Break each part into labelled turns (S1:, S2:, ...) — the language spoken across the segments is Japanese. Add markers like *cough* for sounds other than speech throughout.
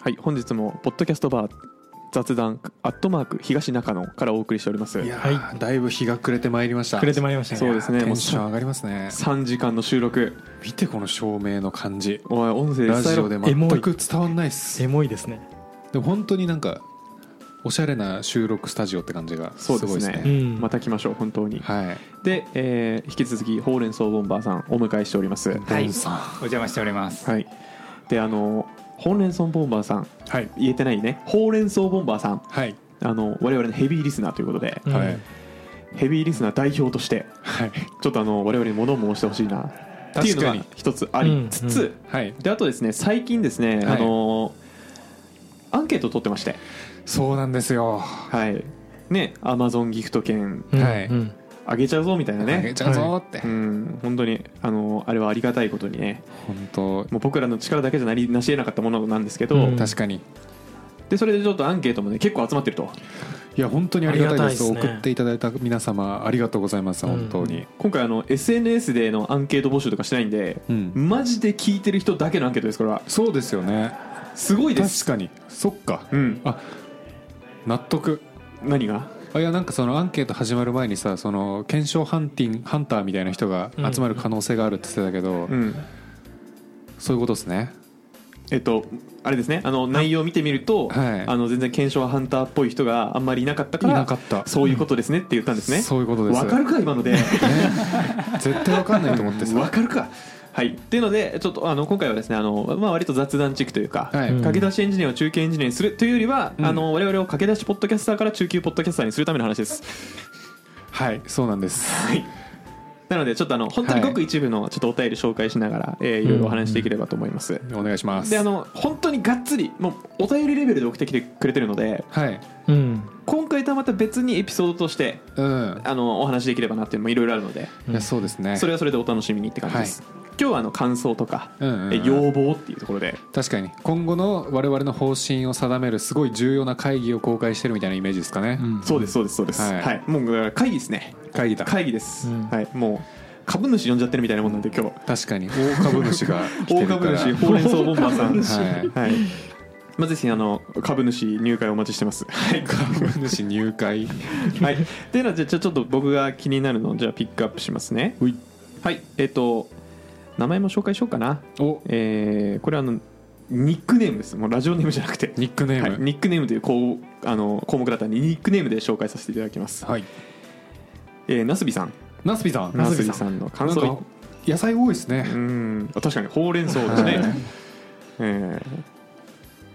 S1: はい本日もポッドキャストバー雑談アットマーク東中野からお送りしております
S2: いや
S3: は
S2: ーだいぶ日が暮れてまいりました
S3: *laughs* くれてまいりましたね
S1: そうですね
S2: テ
S1: もう
S2: ンション上がりますね
S1: 3時間の収録
S2: 見てこの照明の感じ
S1: おい音声で
S2: ラ
S1: 伝え
S2: ジ
S1: ろ
S2: オで
S3: エモ
S2: 全
S3: い
S2: く伝わんないっす
S3: エモいですね
S2: でも本当になんかおしゃれな収録スタジオって感じがす
S1: そ
S2: ご
S1: う
S2: い
S1: で
S2: ですす
S1: ね
S2: ね
S3: うん
S1: また来ましょう本当に、
S2: はい
S1: で、えー引き続きほうれん草ボンバーさんお迎えしております
S2: ド
S4: はい
S2: ンさん
S4: お邪魔しております。
S1: はいであのほうれん草ボンバーさん
S2: はい
S1: 言えてないねほうれん草ボンバーさん
S2: はい
S1: あの我々のヘビーリスナーということで、
S3: うん
S2: はい
S1: ヘビーリスナー代表として
S2: はい
S1: ちょっとあの我々に物申してほしいなっていうの
S2: 確か
S1: が
S2: に
S1: 一つありつつ、
S3: うん
S2: はい
S1: であとですね最近ですね、
S2: はい
S1: あのアンケート取ってまして
S2: そうなんですよ
S1: はいねアマゾンギフト券
S3: うん
S2: はい
S3: うん
S1: あげちゃうぞみたいな
S2: あげ
S1: ね
S2: ちゃうぞーっ
S1: う
S2: て
S1: ん本当にあのあれはありがたいことにね
S2: 本当
S1: もう僕らの力だけじゃなりなし得なかったものなんですけど、
S3: うん
S2: 確かに
S1: でそれでちょっとアンケートもね結構集まってると
S2: いや本当にありがたいです
S3: ありがたいですね
S2: 送っていただいた皆様ありがとうございます本当に
S1: 今回あの SNS でのアンケート募集とかしてないんで、
S2: うん
S1: マジで聞いてる人だけのアンケートですこれは
S2: そうですよね
S1: すごいで
S2: 確
S1: す
S2: かにそっか
S1: うん
S2: あ納得
S1: 何が
S2: あいやなんかそのアンケート始まる前にさその検証ハンティンハンターみたいな人が集まる可能性があるって言ってたけど、
S1: うん
S2: そういうことですね
S1: えっとあれですねあの内容を見てみると、
S2: はい
S1: あの全然検証ハンターっぽい人があんまりいなかったから
S2: いなかった
S1: そういうことですねって言ったんですね、
S2: そういうことです
S1: わかるか今ので
S2: 絶対わかんないと思ってさ
S1: わかるかはいっていうのでちょっとあの今回はですねあの、まあ、割と雑談チックというか、
S2: はい
S1: 駆け出しエンジニアを中継エンジニアにするというよりは、
S2: うん
S1: あの我々を駆け出しポッドキャスターから中級ポッドキャスターにするための話です
S2: はいそうなんです
S1: はいなのでちょっとあの本当にごく一部のちょっとお便り紹介しながら、い、えーいろいろお話しできればと思います、
S2: お願いします
S1: であの本当にがっつりもうお便りレベルで送ってきてくれてるので
S2: はい
S3: うん
S1: 今回とはまた別にエピソードとして
S2: うん
S1: あのお話しできればなっていうのもいろいろあるので、
S2: いやそうですね
S1: それはそれでお楽しみにって感じです、今日はあの感想とか、
S2: うんうんうん
S1: え要望っていうところで
S2: 確かに今後の我々の方針を定めるすごい重要な会議を公開してるみたいなイメージですかね、
S1: そうですそうですそうですは、
S2: はいい
S1: もうだから会議ですね
S2: 会議だ
S1: 会議です、
S3: うん
S1: はいもう株主呼んじゃってるみたいなもんなんで今日
S2: 確かに大株主が来て
S1: 大
S2: るから
S1: 株主ほうれん草ボンバーさ
S2: *laughs*
S1: ん
S2: は
S1: は
S2: い
S1: い、まあ、ぜひあの株主入会お待ちして
S2: *laughs*
S1: ますはい
S2: 株主入会
S1: はい、ではじゃあちょちょっと僕が気になるのをじゃあピックアップしますね
S2: うい
S1: はいえっ、と名前も紹介しようかな
S2: お
S1: えーこれあのニックネームですもうラジオネームじゃなくて
S2: ニックネ
S1: は
S2: ー
S1: い、
S2: ム
S1: ニックネームという項あの項目だったんでニックネームで紹介させていただきます、
S2: はい
S1: えー、なすびさん
S2: ナスビさん
S1: なすびさんの感
S2: なん
S1: 想
S2: か野菜多いですね
S1: うーんあ確かにほうれん草ですね
S2: はい
S1: え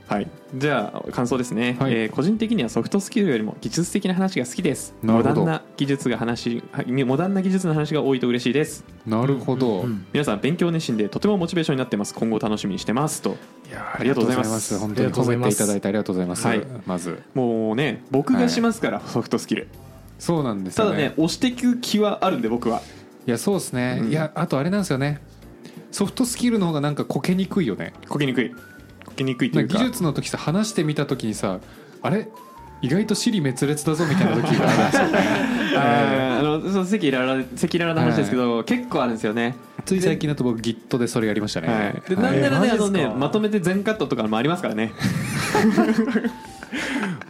S1: ーはいじゃあ感想ですね、
S2: はい
S1: えー個人的にはソフトスキルよりも技術的な話が好きです
S2: なる
S1: モ
S2: ほど
S1: ダンな技術が話はいモダンな技術の話が多いと嬉しいです
S2: なるほど、
S1: 皆さん勉強熱心でとてもモチベーションになってます今後楽しみにしてますと
S2: いやー
S1: ありがとうございます
S2: 本当に褒めていただいてありがとうございます、
S1: はい
S2: まず
S1: もうね僕がしますから、ソフトスキル
S2: そうなんです
S1: た
S2: よ
S1: だ
S2: ね
S1: ね押していく気はあるんで僕はい
S2: やそうですね、
S1: うん
S2: いやあとあれなんですよねソフトスキルの方がなんかこけにくいよね
S1: こけにくいこけにくいと
S2: ない
S1: うん
S2: か
S1: か
S2: 技術の時さ話してみた時にさあれ意外と尻滅裂だぞみたいな時があるん
S1: *laughs*
S2: ですよね
S1: あーあのそう赤裸々赤裸々な話ですけど、結構あるんですよね
S2: つい最近だと僕 Git でそれやりましたね、
S1: はい、で
S2: は
S1: ないんならね,、
S3: えー
S1: あのね
S3: マジっすか
S1: まとめて全カットとかもありますからね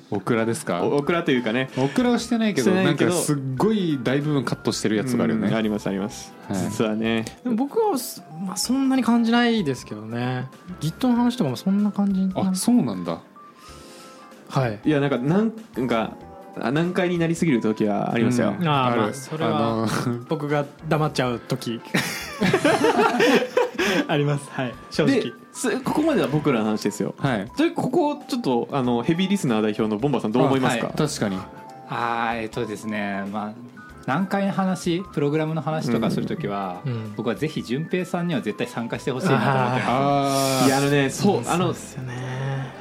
S2: オクラですか
S1: おオクラというかね
S2: オクラはしてないけ
S1: して
S2: ど
S1: な
S2: ないん
S1: けど
S2: かすっごい大部分カットしてるやつがあるよ
S1: うんあ
S2: ね
S1: りますあります、
S2: はい
S1: 実はね
S3: でも僕はす、まあ、そんなに感じないですけどね Git の話とかもそんな感じに
S2: あそうなんだ
S3: はい
S1: いやなんかなんなんかあ難解になりすぎる時はありますよ、
S2: うん
S3: あー
S2: る
S3: まあそれは
S2: あの *laughs*
S3: 僕が黙っちゃう *laughs* 時ありますはい正
S1: で
S3: 直
S1: すここまでは僕らの話ですよ
S2: はい
S1: じゃあここちょっとあのヘビーリスナー代表のボンバーさんどう思いますか、
S4: あは
S2: 確かに
S4: ああ、えっとですね、まあ、難解の話、プログラムの話とかするときは、
S3: うん
S4: 僕はぜひ順平さんには絶対参加してほしいなと思ってます。
S2: あ
S1: い
S2: ー
S1: やあのねそうあの
S3: ですよね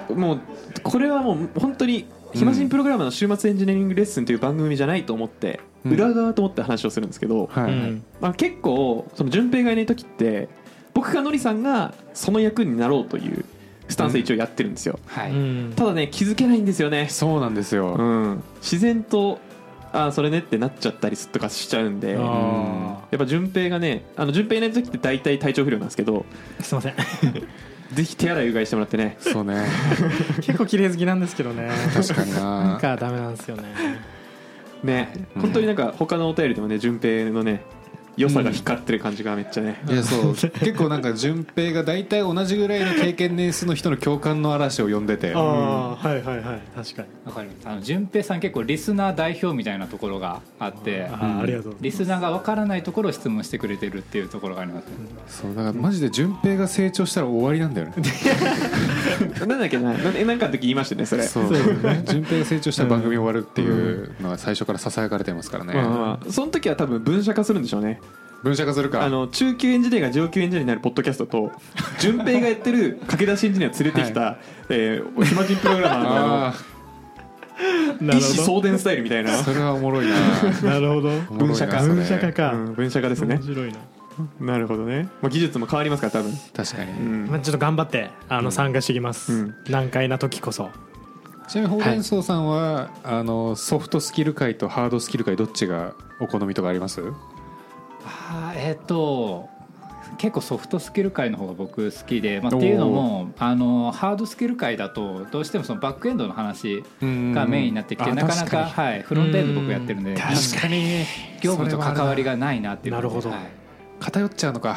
S1: もうこれはもう本当に暇人プログラマーの週末エンジニアリングレッスンという番組じゃないと思って、
S2: うん
S1: 裏側と思って話をするんですけど、
S2: はい、
S3: うん
S1: まあ、結構その順平がいない時って僕かのりさんがその役になろうというスタンスで一応やってるんですよ、
S4: は
S3: う
S4: い、
S3: ん
S1: ただね気づけないんですよね、
S2: そうなんですよ、
S1: うん、自然とああそれねってなっちゃったりとかしちゃうんで
S3: あ
S1: や
S3: ー
S1: っぱ順平がねあの順平いない時って大体体調不良なんですけど
S3: すいません
S1: ぜひ手洗いうがいしてもらってね
S2: そうね
S3: 結構綺麗好きなんですけどね
S2: 確かに
S3: なん
S2: な
S3: かダメなんですよね
S1: ね
S2: うん
S1: 本当になんか他のお便りでもね順平のね良さが光ってる感じがめっちゃね、
S2: いやそう結構なんか順平が大体同じぐらいの経験年数の人の共感の嵐を呼んでて
S3: ああーはいはいはい確かに
S4: わかりますあの順平さん結構リスナー代表みたいなところがあって
S3: あーありがとうございます
S4: リスナーがわからないところを質問してくれてるっていうところがありますね
S2: そうだからマジで順平が成長したら終わりなんだよね
S1: なんだっけななえなんかの時言いましたねそれ
S2: そう順平が成長したら番組終わるっていうのは最初からささやかれてますからね、
S1: まあまあまあその時は多分分社化するんでしょうね
S2: 分社化するか
S1: あの中級エンジニアが上級エンジニアになるポッドキャストと順平がやってる駆け出しエンジニアを連れてきた、えー暇人プログラマーのあ
S2: あ
S1: の
S3: なる
S1: 一子
S3: ほ
S1: 相伝スタイルみたいな
S2: あそれはおもろいな
S3: どなる *laughs* ほど
S2: おもろい
S1: 分
S2: な
S1: 社化
S2: それ
S3: 分社化か、
S1: うん分社化ですね
S3: 面白いな、
S1: なるほどね、まあ、技術も変わりますから多分、
S2: 確か
S1: う
S2: に
S1: ん
S3: まあ、ちょっと頑張ってあの参加してきます、
S1: うん
S3: 難解な時こそ
S2: ちなみにほうれん草さんは、あのソフトスキル界とハードスキル界どっちがお好みとかあります
S4: あーえっ、と結構ソフトスキル界の方が僕好きで、まあ、っていうのもあのハードスキル界だとどうしてもそのバックエンドの話が
S2: が
S4: メインになってきて、なかなかはい、フロントエンド僕やってるんで
S3: 確かに
S4: 業務と関わりがないなっていう
S3: なるほど
S4: はい
S2: 偏っちゃうのか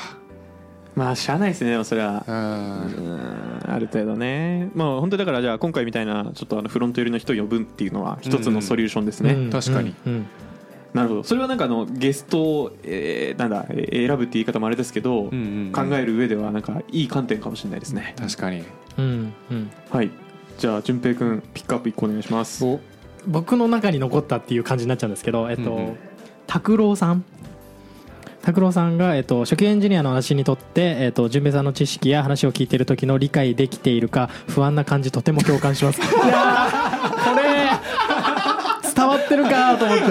S1: まあしゃあないですねでもそれは
S2: あ
S1: うーんある程度ねまあ本当にだからじゃあ今回みたいなちょっとあのフロント寄りの人を呼ぶっていうのは一つのソリューションですね、
S3: うん
S2: 確かに
S3: うんうん
S1: なるほどそれはなんかあのゲストを、えーなんだえー選ぶって言い方もあれですけど、
S2: うんうんうん
S1: 考える上ではなんかいい観点かもしれないですね、
S2: 確かに
S3: うんうん
S1: はいじゃあ淳平君ピックアップ1個お願いします
S2: お
S3: 僕の中に残ったっていう感じになっちゃうんですけど、えっ
S2: うんうん
S3: と、拓郎さん拓郎さんが、えっと、初級エンジニアの私にとって、えっと、純平さんの知識や話を聞いてる時の理解できているか不安な感じとても共感しますいやーこれ *laughs* 伝わってるかと思って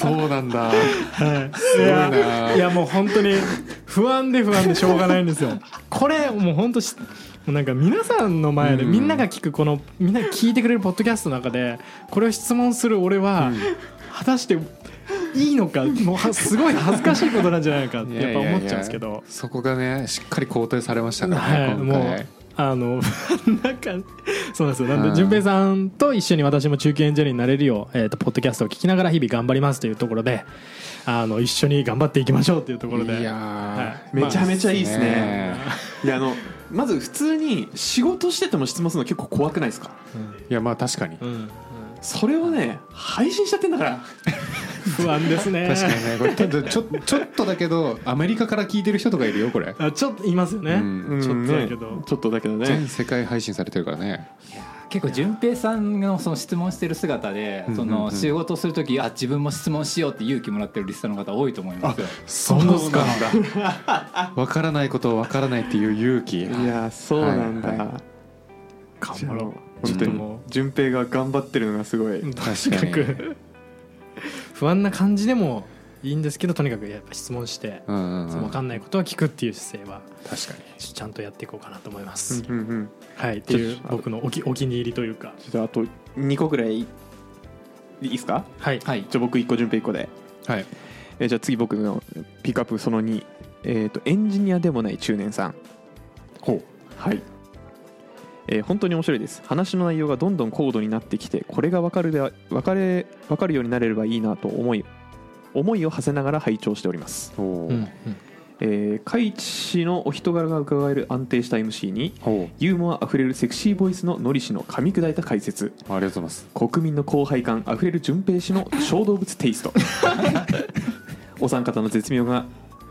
S2: そうなんだ
S3: はい、い
S2: ごいな
S3: やいやもう本当に不安で不安でしょうがないんですよこれもう本当しもうなんか皆さんの前で
S2: うん
S3: みんなが聞くこのみんなが聞いてくれるポッドキャストの中でこれを質問する俺は果たしていいのかもうはすごい恥ずかしいことなんじゃないのかってやっぱ思っちゃうんですけど
S2: そこがねしっかり肯定されました
S3: は
S2: ね
S3: い、
S2: 今
S3: もう
S2: 回
S3: あの *laughs* なんかそうなんですよなん
S2: う
S3: で
S2: ん
S3: 淳平さんと一緒に私も中堅エンジニアになれるよう、えー、とポッドキャストを聞きながら日々頑張りますというところであの一緒に頑張っていきましょうというところで
S2: いや
S3: は
S1: めちゃめちゃいい
S2: ー
S1: ですね,、いやあのまず普通に仕事してても質問するの結構怖くないですか
S2: いやまあ確かに
S3: うん
S1: それをね配信しちゃってんだから
S3: 不安ですね
S2: 確かにねこれただちょちょっとだけどアメリカから聞いてる人とかいるよこれ
S3: あちょっといますよね、
S2: うん
S3: ちょっとだけど
S1: うんねちょっとだけどね
S2: 全世界配信されてるからね
S4: 結構順平さんのその質問してる姿で
S2: ん
S4: そ
S2: うんう
S4: の
S2: ん
S4: 仕事する時あ自分も質問しようって勇気もらってるリストの方多いと思いますよ
S2: そうなん
S3: *laughs*
S2: だ分からないことを分からないっていう勇気
S1: いやそうなんだ、
S2: はいは
S3: 頑
S1: じゃ
S3: 張
S1: あ
S3: ろ
S1: 本当
S3: ちょっと
S1: に
S3: も
S1: 順平が頑張ってるのがすごい、
S3: う
S2: 確かに
S3: と *laughs* にかく不安な感じでもいいんですけどとにかくやっぱ質問して、
S2: うんうんうん
S3: 分かんないことは聞くっていう姿勢は
S2: 確かに
S3: ちょちゃんとやっていこうかなと思いま
S1: う
S3: す、
S1: んうんうん
S3: はいってい
S1: ち
S3: う
S1: ょっと
S3: 僕のおきお気に入りというか
S1: じゃああと2個ぐらいいいですか
S3: はい、
S4: はい
S1: じゃあ僕1個順平1個で、
S2: はい
S1: えーじゃあ次僕のピックアップその2、えー、とエンジニアでもない中年さん
S2: ほう
S1: はい、えー本当に面白いです話の内容がどんどん高度になってきてこれが分かるでは分かれ分かるようになれればいいなと思い思いを馳せながら拝聴しております
S2: ほ
S3: うんうん
S2: う
S1: えー、カイチ氏のお人柄が伺える安定した MC に
S2: ほ
S1: ユーモアあふれるセクシーボイスのノリ氏の噛み砕いた解説
S2: うありがとうございます
S1: 国民の後輩感あふれる順平氏の小動物テイスト *laughs* お三方の絶妙が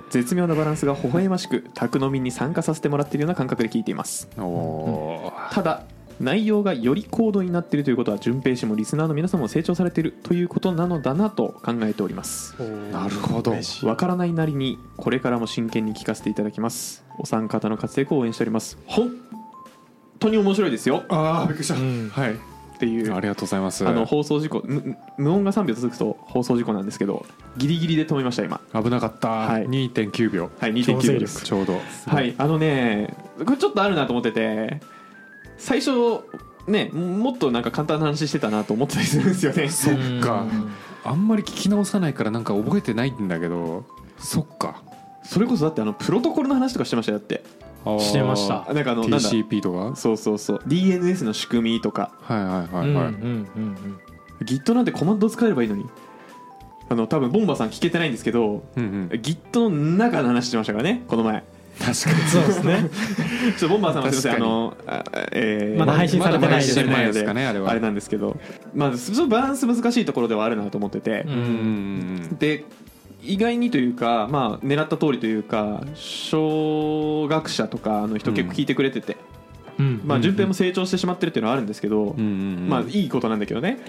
S1: 絶妙なバランスが微笑ましく宅飲みに参加させてもらっているような感覚で聞いています
S2: おおー
S1: ただ内容がより高度になっているということは順平氏もリスナーの皆さんも成長されているということなのだなと考えております
S2: なるほど
S3: 嬉しい
S1: わからないなりにこれからも真剣に聞かせていただきますお三方の活躍を応援しております本当に面白いですよ
S2: ああびっくりした
S3: うん
S2: はい
S1: っていう
S2: ありがとうございます
S1: あの放送事故むむ無音が3秒続くと放送事故なんですけどギリギリで止めました今
S2: 危なかった、
S1: はい
S2: 2.9秒
S1: はい
S3: 強制
S1: 2.9秒
S3: 力
S1: です
S2: ちょうど
S1: はいあのねこれちょっとあるなと思ってて最初ねもっとなんか簡単な話してたなと思ってたりするんですよね
S2: そっかあんまり聞き直さないからなんか覚えてないんだけどそっか
S1: それこそだってあのプロトコルの話とかしてましたよだって
S3: してました
S1: あなんかあのなんだ
S2: TCP とか
S1: そうそうそう DNS の仕組みとか
S2: はいはいは
S3: う
S2: い
S3: んう
S2: はい、
S3: んうん
S1: Git なんてコマンド使えればいいのにあの多分ボンバーさん聞けてないんですけど
S2: うんうん、
S1: Git の中の話してましたからねこの前
S2: 確かに
S1: そうですねちょっとボンバーさんはすいませんあ
S2: 確かに
S1: のあえー
S3: まだ配信されてないです
S1: まだ配信されてないの
S2: まだ配信されてないですかねあれは
S1: あれなんですけどまあそのバランス難しいところではあるなと思ってて、
S2: う
S3: う
S2: んうん
S3: ん
S2: うん
S1: で意外にというか、まあ、狙った通りというか小学者とかの人結構聞いてくれてて、
S3: うん
S1: まあ、順平も成長してしまってるっていうのはあるんですけど、
S2: うんうんうん
S1: まあ、いいことなんだけどね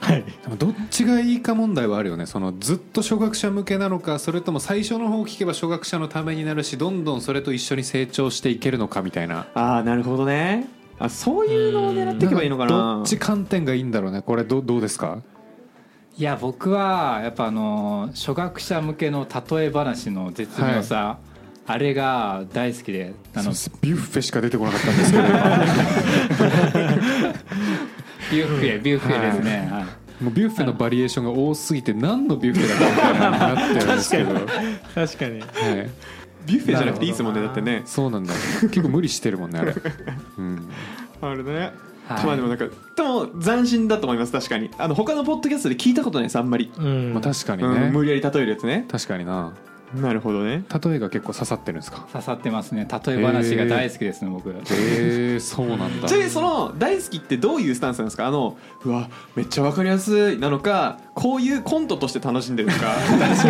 S3: はい
S2: でもどっちがいいか問題はあるよねそのずっと初学者向けなのかそれとも最初の方を聞けば初学者のためになるしどんどんそれと一緒に成長していけるのかみたいな
S1: ああなるほどねあそういうのを狙っていけばいいのかな
S2: どっち観点がいいんだろうねこれどどうですか
S4: いや僕はやっぱあの初学者向けの例え話の絶妙さ、あれが大好きであの
S2: そうビュッフェしか出てこなかったんですけど今
S4: ビュッフェビュッフェですね、はい
S2: もうビュッフェのバリエーションが多すぎて何のビュッフェだったみたいなのになってるんですけど、は
S3: 確かに
S1: ビ
S2: い、
S1: ュッフェじゃなくていいですもんねだってね
S2: そうなんだ結構無理してるもんねあれ、うん、
S1: あれだね
S4: はい
S1: まあでもなんかでも斬新だと思います確かにあの他のポッドキャストで聞いたことないですあんまり、
S3: うん
S2: まあ確かにね、
S1: うん無理やり例えるやつね
S2: 確かにな
S1: なるほどね
S2: 例えが結構刺さってるんですか
S4: 刺さってますね例え話が大好きですね僕
S2: へえそうなんだ
S1: ちなみにその大好きってどういうスタンスなんですかあのうわめっちゃわかりやすいなのかこういうコントとして楽しんでるのか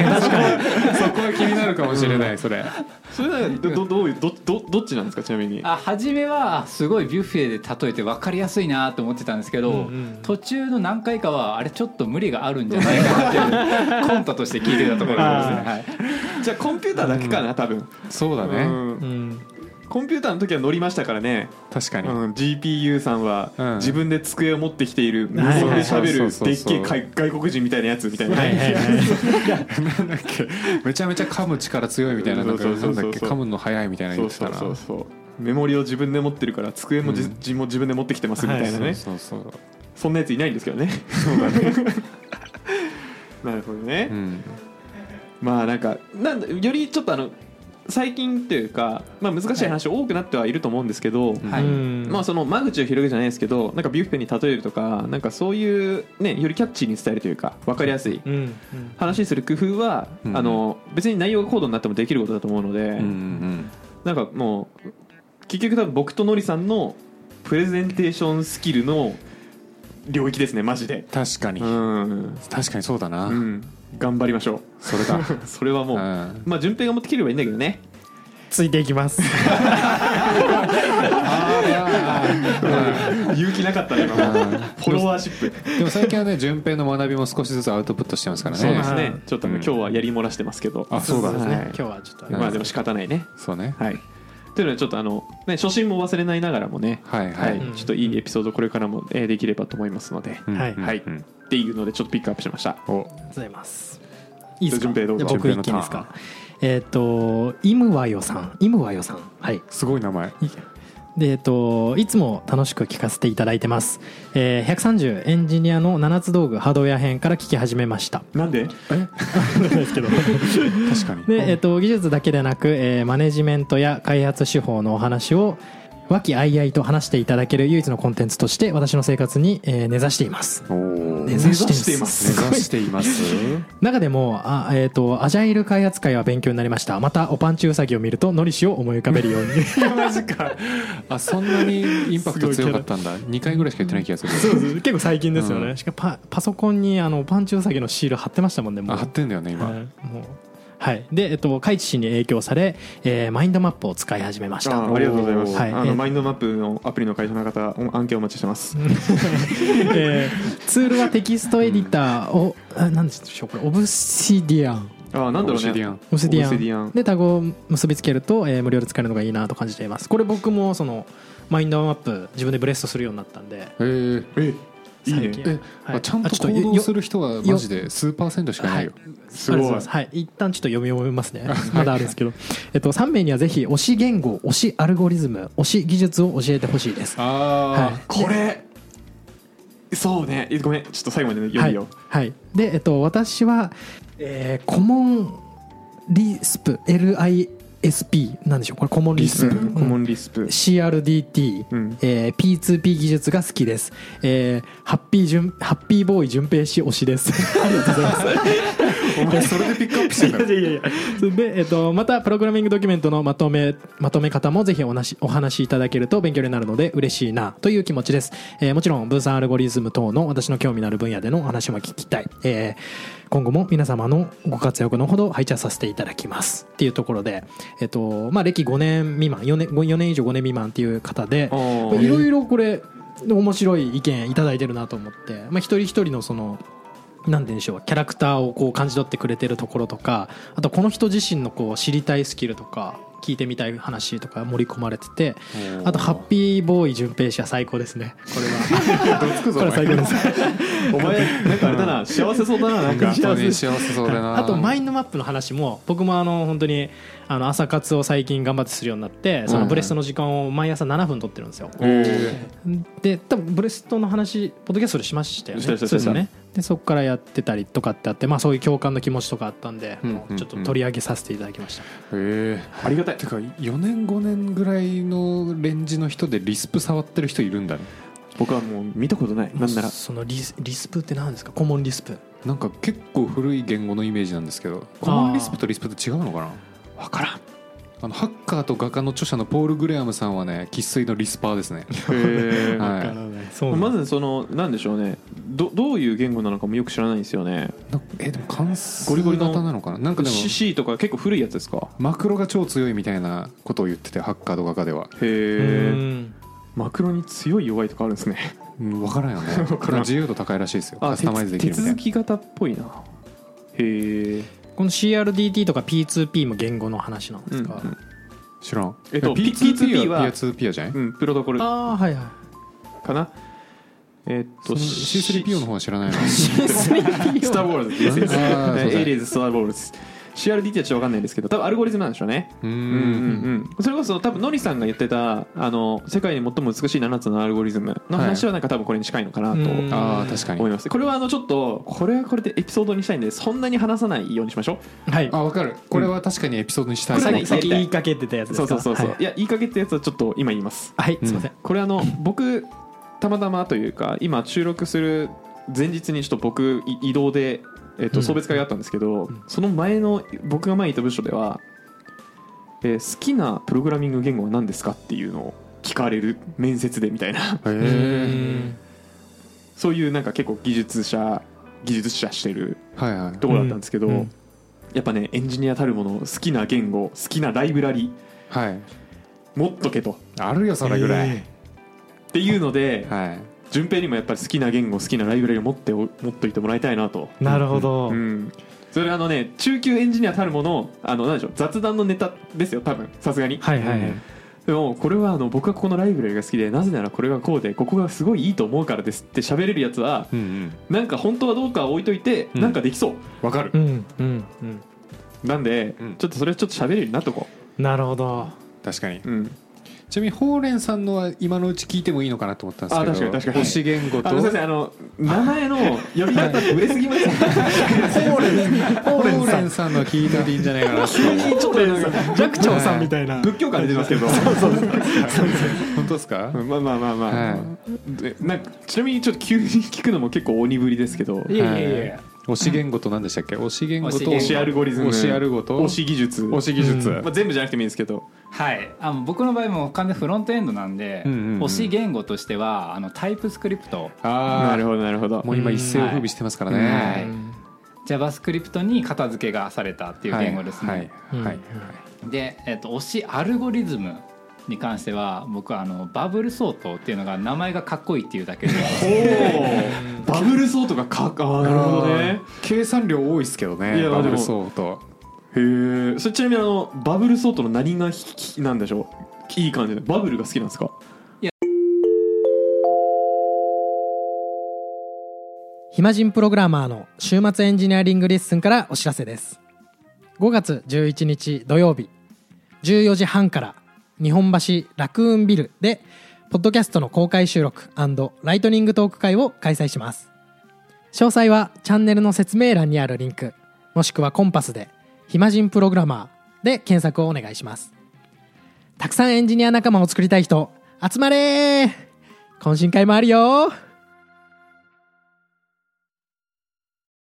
S1: *laughs*
S2: そこは気になるかもしれない、それ
S1: それはどどどういうどどどっちなんですかちなみに
S4: あ初めはすごいビュッフェで例えて分かりやすいなと思ってたんですけど、
S3: うんうん
S4: 途中の何回かはあれちょっと無理があるんじゃないかなっていうコントとして聞いてたところがあります
S2: *laughs*
S4: ね、はい
S1: じゃあコンピューターだけかな多分
S2: そうだね、
S1: うん
S3: うん
S1: コンピューターの時は乗りましたからね
S2: 確かに、
S1: うん、GPU さんは
S2: うん
S1: 自分で机を持ってきている無
S3: はい
S1: 音
S3: は
S1: で
S3: い
S1: 喋
S2: そう
S1: る
S2: そうそう
S1: でっけえ外外国人みたいなやつみたいな、
S3: はいはい
S2: *laughs*
S3: はい
S2: なんだっけめちゃめちゃ噛む力強いみたいななんか
S1: そ
S2: な
S1: うそうんそ
S2: だっ
S1: う
S2: け
S1: そう
S2: 噛むの早いみたいな
S1: そ
S2: 言
S1: う
S2: ってた
S1: そう
S2: な
S1: そうそうメモリを自分で持ってるから机もじ、
S2: うん
S1: じも自分で持ってきてますみたいなね、
S3: は
S2: そうそうそう
S1: そんなやついないんですけどね *laughs* なるほどね、
S2: うん
S1: まあなんかなんだよりちょっとあの最近というか、まあ、難しい話多くなってはいると思うんですけど、
S2: ん
S4: はい
S3: うん
S1: まあ、その間口を広げるじゃないですけどなんかビュッフェに例えるとかなんかそういう、ね、よりキャッチーに伝えるというか分かりやすい
S3: うんうん
S1: 話にする工夫は、
S2: うん
S1: あの別に内容が高度になってもできることだと思うので、
S2: うんうん
S1: なんかもう結局多分僕とノリさんのプレゼンテーションスキルの領域ですねマジで
S2: 確かに、
S1: うん、
S2: 確かにそうだな、
S1: うん、頑張りましょう
S2: それだ、
S1: *laughs* それはも
S2: う
S1: う、
S2: ん、
S1: まあ順平が持ってきればいいんだけどね *laughs*
S3: ついていきます
S1: 勇気なかったね今
S2: うん
S1: フォロワーシップ
S2: でも最近はね順平の学びも少しずつアウトプットしてますからね
S1: そうです
S3: は
S1: ね
S3: い
S1: ちょっとあの
S2: うん
S1: 今日はやり漏らしてますけど
S2: あそうだ
S3: ですね、
S1: はい
S3: 今日はちょっとあれ
S1: まあでも仕方ないね
S2: そうね
S1: はいというのでちょっとあの、ね、初心も忘れないながらもね
S2: はいは、
S1: はいい、ちょっといいエピソードこれからもえーできればと思いますので、
S2: うん
S3: はい
S2: うん
S1: はい
S2: うん
S1: っていうのでちょっとピックアップしました
S2: お
S3: ございます。いいです
S1: 順
S3: か。
S1: 平どうぞ
S3: じゃあ僕
S2: 順平
S3: 一
S2: の
S3: 気
S2: タ
S3: に
S2: ーン
S3: ですか。えっ、とイムワヨさん、イムワヨさん、はい。
S2: すごい名前
S3: でえっ、といつも楽しく聞かせていただいてます。えー、130エンジニアの7つ道具ハードウェア編から聞き始めました。
S1: なんで
S3: ですけど。
S2: 確かに
S3: で、えっと技術だけでなく、えーマネジメントや開発手法のお話を和気あいあいと話していただける唯一のコンテンツとして私の生活に、えー根ざしています
S2: おお
S3: 根
S2: 目指
S3: ざしています
S1: ています
S2: しています
S3: 中でもあ、えー、とアジャイル開発会は勉強になりましたまたおパンチウサギを見るとのりしを思い浮かべるよう
S1: *laughs*
S3: に
S2: マジかあそんなにインパクト強かったんだ2回ぐらいしか言ってない気がする
S3: そうです結構最近ですよね、
S2: うん
S3: しかもパパソコンにあのパンチウサギのシール貼ってましたもんねもう
S2: あ貼ってんだよね今、
S3: はいもうはいでえっと海知氏に影響され、えーマインドマップを使い始めました
S1: あありがとうございます、
S3: おーはい
S1: あ
S3: え
S1: のマインドマップのアプリの会社の方お案件お待ちしてます
S3: えーツールはテキストエディターを、あなんでしょうこれオブシディアン
S1: ああなんだろう
S2: オシディ
S1: ね
S2: アン
S3: オブシディアン
S1: オブシディアン
S3: でタグを結びつけると、えー無料で使えるのがいいなと感じていますこれ僕もそのマインドマップ自分でブレストするようになったんで
S2: えー
S1: えいいね
S3: 最近
S2: え、
S3: はい
S2: あちゃん
S3: あ
S2: と
S3: ちょっと
S2: 行動
S3: よ
S2: する人はマジで数パーセントしかないよ、
S1: すごい
S3: ありがとうざますはい、一旦ちょっと読み終えま
S1: *laughs*
S3: すね。まだあるんですけど、えっと三名にはぜひ推し言語、推しアルゴリズム、推し技術を教えてほしいです。は
S2: あ
S3: い。
S1: これそうねえごめんちょっと最後まで読
S3: は
S1: み
S3: い
S1: よう、
S3: はい。でえっと私は、えー、顧問リスプ LISP なんでしょうこれコモンリスプ、
S1: コモンリスプ
S3: CRDT、
S1: うん
S3: えー P2P 技術が好きです、えーハッピーじゅんハッピーボーイ順平氏推しです *laughs* ありがとうございます
S2: お前それでピックアップしてんだろ
S3: いやいやいやそれで、えっと、またプログラミングドキュメントのまとめまとめ方もぜひおなしお話しいただけると勉強になるので嬉しいなという気持ちです、えーもちろん分散アルゴリズム等の私の興味のある分野でのお話も聞きたい、えー今後も皆様のご活躍のほど拝聴させていただきますっていうところで、えっとまあ、歴5年未満4年4年以上5年未満っていう方で
S1: あー
S3: いろいろこれ面白い意見いただいてるなと思って、まあ、一人一人のそのなんて言うんでしょうキャラクターをこう感じ取ってくれてるところとかあとこの人自身のこう知りたいスキルとか聞いてみたい話とか盛り込まれててあとハッピーボーイ順平氏は最高ですねこれ
S2: *laughs*
S3: は
S2: どつくぞ
S3: これ最高です
S1: お前なんかあれだな幸せ *laughs* そうだななんか
S2: 本当に幸せそうだな
S3: あとマインドマップの話も僕もあの本当にあの朝活を最近頑張ってするようになってそのブレストの時間を毎朝7分取ってるんですよ、
S2: え
S3: で多分ブレストの話ポッドキャストでしましたよね
S1: したした
S3: そうです
S1: した
S3: よねでそこからやってたりとかってあって、まあ、そういう共感の気持ちとかあったんで、
S2: うん
S3: もうちょっと取り上げさせていただきました、
S2: え
S1: ありがたい
S2: てか4年5年ぐらいのレンジの人でリスプ触ってる人いるんだね
S1: 僕はもう見たことないなんなら
S3: そのリスリスプって何ですかコモンリスプ
S2: なんか結構古い言語のイメージなんですけどコモンリスプとリスプって違うのかな
S1: 分からん
S2: あのハッカーと画家の著者のポール・グレアムさんはね生粋のリスパーですね
S1: へー
S2: はい
S3: そう
S1: ま
S3: まず
S1: ずそのなんでしょうねどどういう言語なのかもよく知らないんですよね
S2: なんかえでも関数
S1: ゴリゴリの
S2: 型なのかななんかでも
S1: C とか結構古いやつですか
S2: マクロが超強いみたいなことを言っててハッカーと画家では
S1: へえマクロに強い弱いとかあるんですね
S2: *laughs* うん分からん
S1: *laughs*
S2: よね
S1: 分からん
S2: 自由度高いらしいですよ
S1: あ
S2: カスタマイズできるみ
S1: 手
S2: たい
S1: 続
S2: な
S1: き型っぽいなへえ
S3: この CRDT とか P2P も言語の話なんですか、
S1: うんうん
S2: 知らん
S1: えっと
S2: いや P2P は
S1: P2P
S2: P2P やじゃない
S1: うんプロトコル
S3: あ
S1: か
S3: あはいはい
S1: なえっと
S2: その C3PO の方は知らないの
S1: スター・ウォーズです
S2: あーそうだ
S1: *laughs* エイリーズ・スター・ウォーズ CRDT はちょっと分かんないですけど多分アルゴリズムなんでしょうね
S2: うー
S1: うんうん
S2: ん
S1: うんそれこそ多分ノリさんが言ってたあの世界に最も美しい7つのアルゴリズムの話はなんか多分これに近いのかなと
S3: うん
S2: ああ確かに
S1: 思いますこれはあのちょっとこれはこれでエピソードにしたいんでそんなに話さないようにしましょ
S3: はい
S2: あ分かるこれは確かにエピソードにした
S1: こ
S2: い
S1: れ
S3: さっ
S1: 何
S3: きさっき言いかけてたやつ
S1: う
S3: で
S1: そ
S3: す
S1: う
S3: か
S1: そうそうそう、
S3: はい
S1: い、や言いかけってやつはちょっと今言います
S3: はいすいません、
S1: これあ
S3: *laughs*
S1: の僕たまたまというか今収録する前日にちょっと僕い移動で、えっ
S3: う
S1: と
S3: ん
S1: 送別会があったんですけど、
S3: ん
S1: その前の僕が前にいた部署では、えー好きなプログラミング言語は何ですかっていうのを聞かれる面接でみたいな *laughs*
S2: へえ
S1: そういうなんか結構技術者技術者してる
S2: はいはい
S1: ところだったんですけど、
S3: うんうん
S1: やっぱねエンジニアたるもの好きな言語好きなライブラリ
S2: はい
S1: 持っとけとっ
S2: あるよそれぐらい
S1: ていうので
S2: はい
S1: 順平にもやっぱり好きな言語好きなライブラリを持ってお持っといてもらいたいなと、
S3: なるほど、
S1: うん、それあのね中級エンジニアたるものあのなんでしょう雑談のネタですよ多分さすがに、
S3: はいはいはい、
S1: でもこれはあの僕はここのライブラリが好きでなぜならこれがこうでここがすごいいいと思うからですって喋れるやつは
S2: うんうん
S1: なんか本当はどうかは置いといて、
S2: うん
S1: なんかできそう
S2: わかる
S3: うんうんうん
S1: なんで、
S2: うん
S1: ちょっとそれちょっと喋れるようになっとこ
S3: なるほど
S2: 確かに
S1: う、うん、
S2: ちなみにほうれんさんのは今のうち聞いてもいいのかなと思ったんですけど
S1: あ確かに確かに
S2: 推し言語と
S1: あのすいませんあの名前の呼び方売れすぎますね
S2: ほうれんさんのは聞いといていいんじゃないかなって
S1: 急 *laughs* にちょっとなんか
S3: 寂聴さんみたいな
S1: 仏教感出てますけど
S2: *laughs* 本当ですか
S1: まあまあまあまあ、
S2: は
S1: でなんかちなみにちょっと急に聞くのも結構鬼ぶりですけど
S4: いやいやいや
S2: 推し言語と何でしたっけ推し言語と
S4: 推
S1: 推しアルゴリズム
S2: 推しアルゴと
S1: 推し技術
S2: 推し技術、
S3: うん
S1: まあ、全部じゃなくてもいいんですけど
S4: はいあの僕の場合もう完全フロントエンドなんで、
S2: うんうんうん
S4: 推し言語としてはあのタイプスクリプト
S2: ああ
S1: なるほどなるほど
S2: もう今一世を風靡してますからね、
S4: はい JavaScript に片付けがされたっていう言語ですね、
S2: はいはいはい
S4: で、えっと推しアルゴリズムに関しては僕はあのバブルソートっていうのが名前がかっこいいっていうだけで
S1: おおバブルソートがかっあーなるほどね
S2: 計算量多いですけど
S1: い
S2: ね
S1: や
S2: バブ
S1: でも
S2: ルソート
S1: へえそれちなみにあのバブルソートの何がひきなんでしょういい感じでバブルが好きなんですか
S3: 暇人プログラマーの週末エンジニアリングレッスンからお知らせです5月11日土曜日14時半から日本橋ラクーンビルでポッドキャストの公開収録ライトニングトーク会を開催します詳細はチャンネルの説明欄にあるリンクもしくはコンパスで「暇人プログラマーで検索をお願いしますたくさんエンジニア仲間を作りたい人集まれー懇親会もあるよ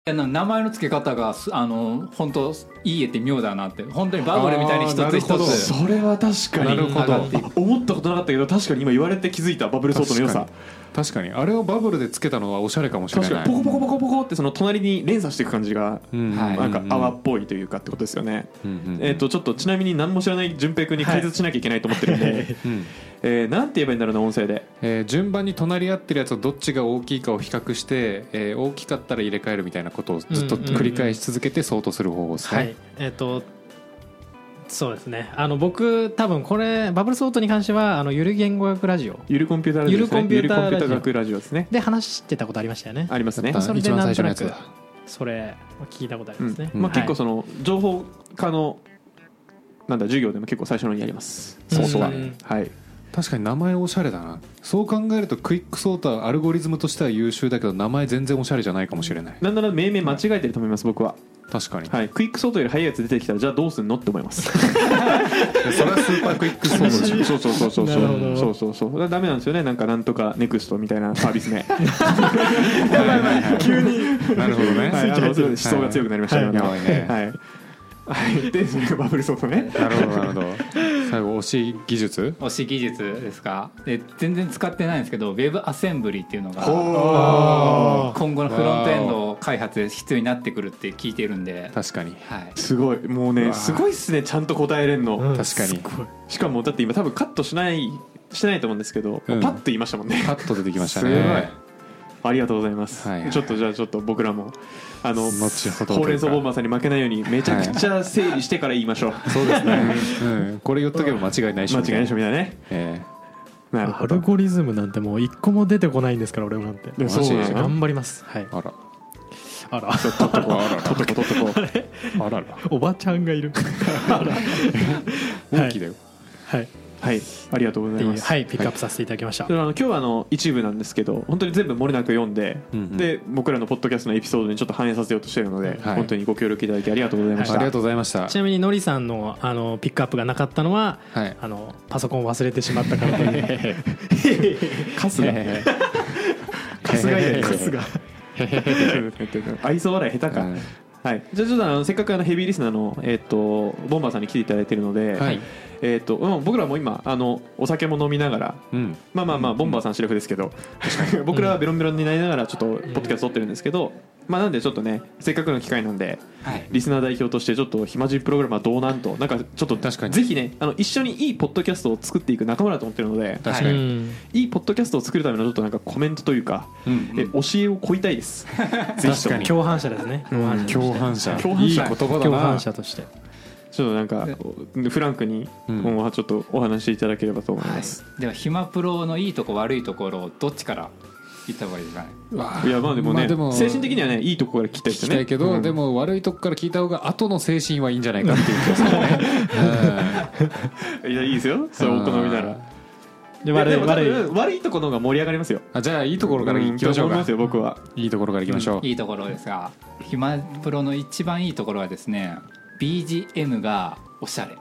S4: いやな名前の付け方がすあの本当いい絵って妙だなって本当にバブルみたいに一
S2: あーな
S4: つ
S2: る
S4: 一
S2: ほど
S4: つ
S1: それは確か
S2: な
S1: に
S2: るほど
S1: 上がっていく思ったことなかったけど確かに今言われて気づいたバブルソートの良さ
S2: 確かにあれをバブルでつけたのはおしゃれかもしれ
S1: 確か
S2: な
S1: に
S2: い
S1: ポコポコポコポコってその隣に連鎖していく感じが
S2: うん
S4: はい
S1: なんか泡
S2: う
S1: っぽいというかってことですよね
S2: うんうん
S1: えっとちょっとちなみに何も知らない淳平君に解説しなきゃいけないと思ってるんで
S2: うん
S1: えーなんて言えばいいんだろうな音声で
S2: えー順番に隣り合ってるやつをどっちが大きいかを比較して、えー大きかったら入れ替えるみたいなことをずっと
S3: うんうんうん
S2: 繰り返し続けて相当する方法ですね、
S3: はい、えっ、とそうですねあの僕多分これバブルソートに関してはあのゆる言語学ラジオ
S1: ゆるコンピューターラジオですね
S3: ゆるコンピューターラジオ
S1: ゆるコンピュータ学ラジオですね
S3: で話してたことありましたよね
S1: あります
S2: や
S1: ね
S2: っぱ
S3: それで
S2: 一番最初の
S3: な
S2: や
S3: んと
S2: つ
S3: なく
S2: だ
S3: それ聞いたことあり
S1: う
S3: ますね
S1: ん、まあ
S3: はい
S1: 結構その情報科のなんだ授業でも結構最初のにやります
S3: うん
S1: ソートは
S3: うん
S1: はい
S2: 確かに名前おしゃれだなそう考えるとクイックソータはアルゴリズムとしては優秀だけど名前全然おしゃれじゃないかもしれない
S1: なんなら命名間違えてると思います僕は
S2: 確かに、
S1: はいクイックソートより早いやつ出てきたらじゃあどうすんのって思います
S2: それはスーパークイックソータでしょ
S1: そうそうそうそうそう
S3: なるほど
S1: そうそうそうだからダメなんですよねなんかなんとかネクストみたいなサービス名急に
S2: なるほどね、
S1: はい、あの思想が強くなりました
S2: はい
S1: 今
S2: やばいね
S1: はい、はい、でそれがバブルソートね
S2: なるほどなるほど最後推し技術
S4: 推し技術ですかで全然使ってないんですけど Web アセンブリっていうのが
S2: お
S4: 今後のフロントエンド開発で必要になってくるって聞いてるんで、
S2: 確かに
S4: はい、
S1: すごいもう
S2: う
S1: ね
S2: わ
S1: すごいっすねちゃんと答えれんの、
S3: うん
S2: 確かに
S1: しかもだって今多分カットしないしてないと思うんですけど、
S2: うん
S1: パッと言いましたもんね
S2: パッと出てきました
S1: すご
S2: ね
S1: いありがとうございます、
S2: はい
S1: ちょっとじゃあちょっと僕らもあの
S2: 後ほどというか
S1: ほうれん草ボンバーさんに負けないようにめちゃくちゃ整理してから言いましょう、
S2: そうですね、うん、これ言っとけば間違いないっしょ
S1: 間違いないでしょ
S2: ょ、
S1: みたいなね
S2: え
S1: なる
S3: ア
S1: ほ
S3: ル
S1: ど
S3: ゴリズムなんてもう一個も出てこないんですから俺もなんて
S1: いやそうなの
S3: 頑張りますはい
S2: えあら
S3: あら *laughs*
S1: 取っとこう取っとこう取っとこう
S2: あらら
S3: おばちゃん
S1: *laughs*
S3: がいる
S2: 大きいだよ、
S3: はい
S1: はい、ありがとうございます。
S3: はいピックアップさせていただきました、
S1: であの今日はあの一部なんですけど本当に全部漏れなく読んで、
S2: うんうん
S1: で僕らのポッドキャストのエピソードにちょっと反映させようとしているので、
S2: はい
S1: 本当にご協力いただきありがとうございました、
S2: ありがとうございました
S3: ちなみにのりさんのあのピックアップがなかったのは、
S2: はい
S3: あのパソコンを忘れてしまったからと
S1: *laughs*
S3: いう
S1: カスが
S2: 春
S1: 日井
S2: 春
S1: 春
S2: 日
S1: 愛想笑い下手か、
S2: はい
S1: はい、じゃあちょっとあのせっかくあのヘビーリスナーの、えっとボンバーさんに来ていただいているので、
S2: はい
S1: えっとうん僕らも今あのお酒も飲みながら
S2: うん
S1: まあまあまあボンバーさん主力ですけど僕らはベロンベロンになりながらちょっとポッドキャスト撮ってるんですけどまあなんでちょっとねせっかくの機会なんで
S4: はい、
S1: リスナー代表としてちょっと暇人プログラマーどうなんとなんかちょっと
S2: 確かに
S1: ぜひねあの一緒にいいポッドキャストを作っていく仲間だと思ってるので
S2: 確
S4: 確
S2: か
S4: か
S3: う
S2: に、
S3: ん
S1: いいポッドキャストを作るためのちょっとなんかコメントというか
S2: うん
S1: え教えを乞いたいです
S2: *laughs*
S1: ぜひと
S2: 確か
S1: も
S2: に
S3: 共犯者ですね共犯者
S2: 共
S3: と
S2: 犯者
S3: して
S1: 共犯者
S2: いい言葉だ
S3: 共
S2: な
S3: 犯者として
S1: ちょっとなんかフランクに
S2: うん
S1: 今後はちょっとお話しいただければと思い
S4: は
S1: ます、
S4: い、では暇プロのいいとこ悪いところをどっちから言った方がいいですかね
S2: わあ
S1: いやまあでもね、
S2: まあでも
S1: 精神的にはねいいとこから聞きたい
S2: 聞
S1: ですよ
S2: き
S1: ね
S2: たいけど、
S1: うん
S2: でも悪いとこから聞いた方が後の精神はいいんじゃないかっていう気がするね、
S1: いやいいですよそれお好みなら
S3: で
S1: いや
S3: 悪い
S1: でも多
S3: 悪い
S1: 分悪いところの方が盛り上がりますよ
S2: うんあじゃあいいところからいきましょう
S1: と思い
S2: か
S1: ますよ僕はい
S2: いところからいきましょう、
S4: いいところですが暇プロの一番いいところはですね BGM がおしゃれ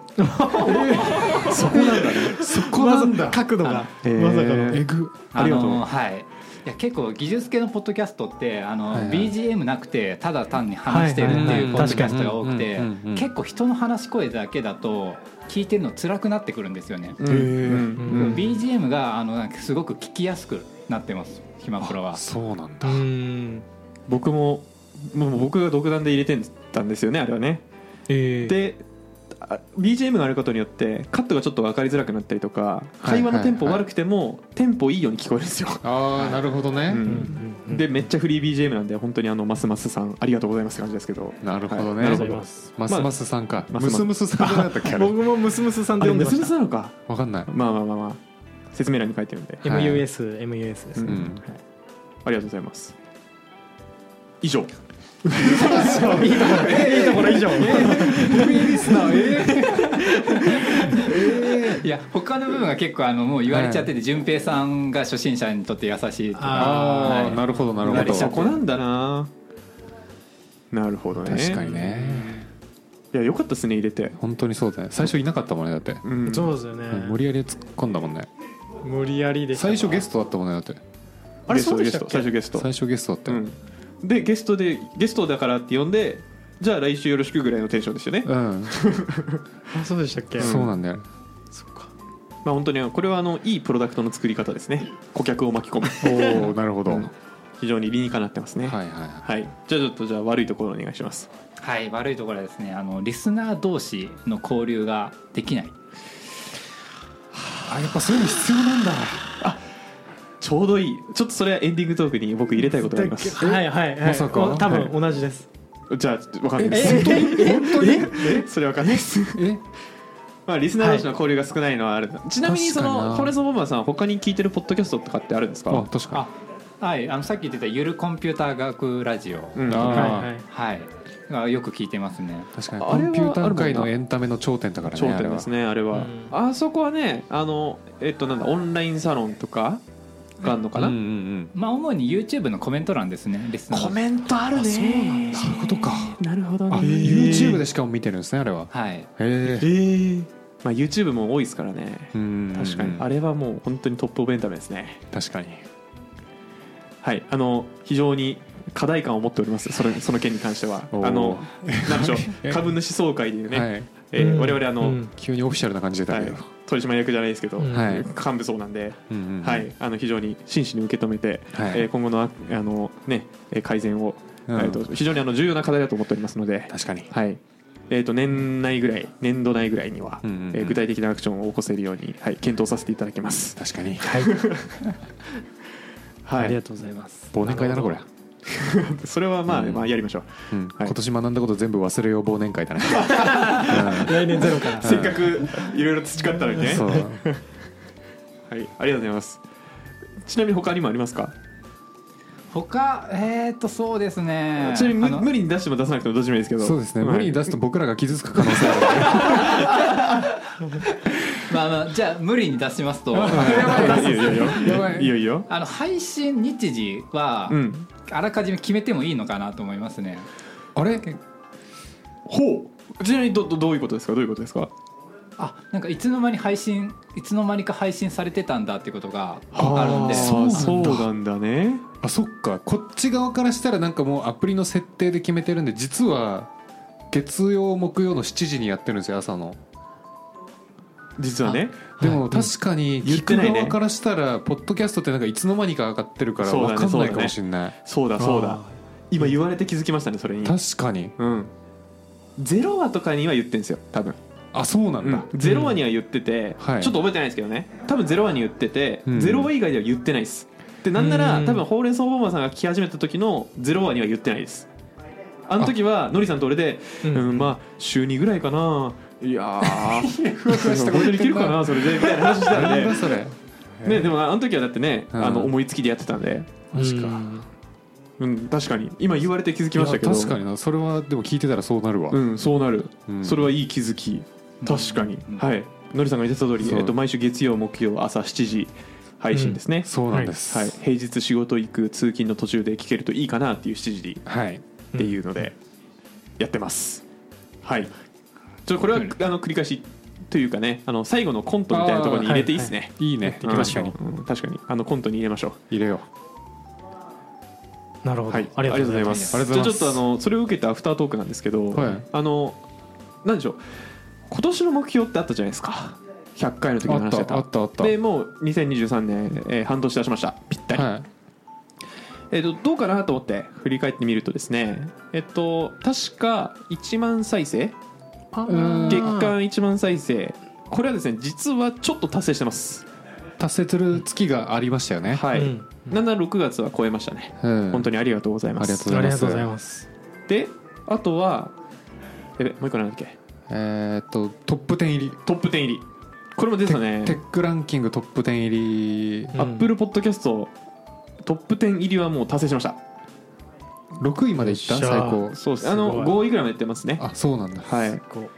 S1: そこなんだね
S2: そこなんだ、
S3: 角度が
S1: えー
S3: まさかの
S2: えぐ
S1: ありがとう
S4: のはいいや結構技術系のポッドキャストってあの、
S2: はいはい
S4: BGM なくてただ単に話してるって
S3: はいはい
S4: い
S3: はいう
S4: ポッドキャストが多く
S2: 確
S4: て
S2: かにうんうんうん
S4: 結構人の話し声だけだと聞いてるの辛くなってくるんですよね、
S1: うんうん
S3: うん
S4: BGM があのなんかすごく聞きやすくなっ
S2: *laughs*
S4: てます暇プロは
S2: そうなんだ、
S3: うん
S1: 僕ももう僕が独断で入れてたんですよねあれはね
S3: えー
S1: であ BGM があることによってカットがちょっと分かりづらくなったりとか
S2: はい
S1: 会話のテンポ
S2: はいはい
S1: 悪くてもテンポいいように聞こえるんですよ、
S2: ああなるほどね、
S1: うん
S3: うん
S1: でめっちゃフリー BGM なんで本当にあのますますさんありがとうございますって感じですけど
S2: なるほどね、
S1: はいなるほ
S3: ありがとうござい
S1: ど
S3: ます
S2: ますますさんか、
S1: まあ
S2: ムスムスさんじゃなかったっけあれ
S3: 僕もムスムスさん
S1: あ
S3: で
S1: れ
S3: 呼んでま
S1: 結び
S3: し
S1: つなのか
S2: わかんない
S1: まあまあまあまあ説明欄に書いてるんで
S3: た MUSMUS です
S1: うん
S3: ね
S2: ん
S1: はいありがとうございます以
S3: *laughs*
S1: 上
S3: いいところ以上
S4: いや他の部分が結構あのもう言われちゃってて順平さんが初心者にとって優しいとか
S2: ああ、
S4: はい
S2: なるほどなる
S4: な
S2: ほ
S4: り
S2: ど
S4: ちゃ
S1: そ
S4: っ
S2: 確
S1: こなんだななるほどね
S2: かにね
S1: いやよかったですね入れて、
S2: 本当にそうだね最初いなかったもんねだって、
S1: うん、
S3: そうですよね
S2: 無理やり突っ込んだもんね
S3: 無理やりで
S2: 最初ゲ
S3: ス
S2: ストだったもんねだって
S3: あれ
S1: ゲスト
S3: そうでしたっけ
S1: ゲスト最初ゲスト
S2: 最初ゲストだった
S1: う
S2: よ
S1: ん、でゲストでゲストだからって呼んでじゃあ来週よろしくぐらいのテンションでしたね、
S2: うん、
S3: トそうでしたっけ
S2: そうなんだよ
S3: そっか
S1: まあ本当にこれはあのいいプロダクトの作り方ですね顧客を巻き込む
S2: おおなるほど、
S1: うん
S2: は
S1: 非常に理にかなってますね
S2: い
S1: はい、
S2: はいは
S1: じゃあちょっとじゃあ悪いところお願いします
S4: はい悪いところはですねあのリスナー同士の交流ができない
S2: いあやっぱそういうの必要なんだ
S1: ちょうどいいちょっとそれはエンディングトークに僕入れたいことがあります
S3: はいはいはい
S2: まさか
S3: お多分同じです
S1: じゃあ分かんないです
S3: え
S1: *laughs*
S2: 本当に
S1: えそれわかんないです
S2: え
S1: まあリスナー同士の交流が少ないのはある、ちなみにそ
S2: 確かに
S1: の
S2: な
S1: ホレソボンバーさん他に聞いてるポッドキャストとかってあるんです
S2: あ
S1: か
S2: 確か
S4: あはいあのさっき言ってた「ゆるコンピューター学ラジオ」
S1: うん
S2: あ
S3: はい
S2: ー
S3: はい
S4: はいがよく聞いてます
S2: に
S4: ね
S2: 確かに
S1: あ
S2: コ
S1: あれは
S2: ンピューター界のエンタメの頂点だからね
S1: 頂点ですねあれは、あそこはねあのえっとなんだオンラインサロンとかがあるの
S2: あ
S1: か
S2: れは
S1: な、
S2: うんうんうん
S4: まあ主に YouTube のコメント欄ですねリスナー
S1: コメントあるねそうなんだ
S2: そういうことか
S1: なるほど
S2: あ
S1: ね
S2: YouTube でしかも見てるんですねあれは
S4: はい
S2: へえ
S1: ええまあ YouTube も多いですからね
S2: 確
S1: 確かにあれはもう本当にトップオブエンタメですね
S2: 確かに
S1: はいあの非常に課題感を持っておりますそれその件に関してはあ
S2: おー
S1: の何でしょ
S2: え *laughs*
S1: う株主総会でいうね、
S2: はい
S1: えー
S3: うん
S1: 我々あの、
S3: うん
S2: 急にオフィシャルな感じで
S1: は
S2: だ
S1: い
S2: けど、
S1: 取締役じゃないですけど、
S3: うん
S2: はい
S1: 幹部層なんで、
S2: うんうん
S1: はい、あの非常に真摯に受け止めて、
S2: はい
S1: えー今後のああの、ね、えー改善を、
S2: うん
S1: えーと非常にあの重要な課題だと思っておりますので、
S2: 確かに
S1: はいえー、と年内ぐらい年度内ぐらいには、
S2: うんうんうん
S1: えー具体的なアクションを起こせるように、はい、検討させていただきます。
S2: 確かに
S3: はい
S1: は
S3: ありが
S1: い、
S3: とうございます
S2: 忘年会だなこれ、
S1: それは、まあ
S2: うん
S1: まあやりましょう、
S2: うん
S1: はい
S2: 今年学んだこと全部忘れよう忘年会だね
S3: *laughs* 来年ゼロから
S1: せっかくいろいろ培ったのにね、
S2: そう
S1: はい、ありがとうございますちなみに他にもありますか、
S4: 他えっとそうですね
S1: ちなみに
S4: あの
S1: 無無理に出しても出さなくてもどっちでもいいですけど
S2: そうですね
S1: はい
S2: 無理に出すと僕らが傷つく可能性ある
S4: まあまあじゃあ無理に出します
S1: い
S4: と
S1: いよいいよいい
S2: や
S1: よ
S2: ばい
S1: いいよいいよ
S4: あの配信日時は
S1: うん
S4: あらかじめ決めてもいいのかなと思いますね
S2: あれ
S1: ほうちなみにどどどういうことですかどういうことですか
S4: あなんかいつの間に配信いつの間にか配信されてたんだってことが
S1: あ
S4: あるん
S1: ー
S4: で
S2: そうなんだ
S1: そうなんだね
S2: あそっかこっち側からしたらなんかもうアプリの設定で決めてるんで実は月曜木曜の7時にやってるんですよ朝の
S1: 実はね
S2: でも確かに
S1: 言
S2: 聞
S1: って
S2: く
S1: ないね
S2: 側からしたらポッドキャストってなんかいつの間にか上がってるから
S1: そうだ
S2: 分
S1: ね
S2: かんな
S1: そうだ
S2: い
S1: ね
S2: かもしれない、
S1: そうだそうだ今言われて気づきましたねそれに
S2: 確かに
S1: うんゼロ話とかには言ってんですよ多分、
S2: あそうなんだ、
S1: ゼロ話には言ってて、
S2: はい
S1: ちょっと覚えてないですけどね多分ゼロ話に言ってて、
S2: うん
S1: ゼロ話以外では言ってないですでなんなら、
S3: うん
S1: 多分ほうれん草ボンバーさんが聞き始めた時のゼロ話には言ってないですあの時はのりさんと俺で、
S3: う
S1: うんんまあ週2ぐらいかないや
S2: *laughs*
S1: ー
S2: した
S1: 本当にいけるかなそれでみたいな話してたん
S2: *laughs* な
S1: で
S2: んだそれ
S1: ね、でもあの時はだってね、
S2: うん
S1: あの思いつきでやってたんで、
S2: 確か
S3: うん
S1: うん、確かに今言われて気づきましたけど
S2: いや確かになそれはでも聞いてたらそうなるわ、
S1: うん、そうなる、
S2: うん
S1: それはいい気づき確かに、
S4: うん
S1: はいのりさんが言ってた通り、
S2: そう
S1: えっと、毎週月曜木曜朝7時配信ですね、
S2: そうなんです
S1: はい、平日仕事行く通勤の途中で聞けるといいかなっていう7時
S2: はい
S1: っていうのでやってます、はいちょこれはあの繰り返しというかねあの最後のコントみたいなところに入れていいですね、
S2: いいね
S1: うん
S2: 確かに
S1: うん確かにあのコントに入れましょう
S2: 入れよ
S3: なるほど、
S1: はい、
S3: ありがとうございます
S1: す
S2: ありがとうございます
S1: じゃあちょっとあのそれを受けたアフタートークなんですけど、
S2: はい
S1: あのなんでしょう今年の目標ってあったじゃないですか100回の時
S2: う
S1: の
S2: あっ
S1: 話だった
S2: たあったあった
S1: でもう2023年、えー半年出しましたぴったり、
S2: はい
S1: えー、とどうかなと思って振り返ってみるとですねえっと確か1万再生
S2: うん
S1: 月間1万再生これはですね実はちょっと達成してます
S2: 達成する月がありましたよね
S1: はい、
S3: うん
S1: 76月は超えましたね
S2: うん
S1: 本当にありがとうございます
S2: ありがとうございます
S3: ありがとうございます
S1: であとはえもう一個なんだっけ
S2: えーっとトップ10入り
S1: トップ10入りこれも出てたね
S2: テックランキングトップ10入り
S3: うん
S1: アップルポッドキャストトップ10入りはもう達成しました
S2: 6位までいった
S3: よっしゃ
S2: 最高
S1: そうです
S3: すごい
S1: あの5位ぐらいまでいってますね
S2: あそうなんだ
S1: はい
S3: こう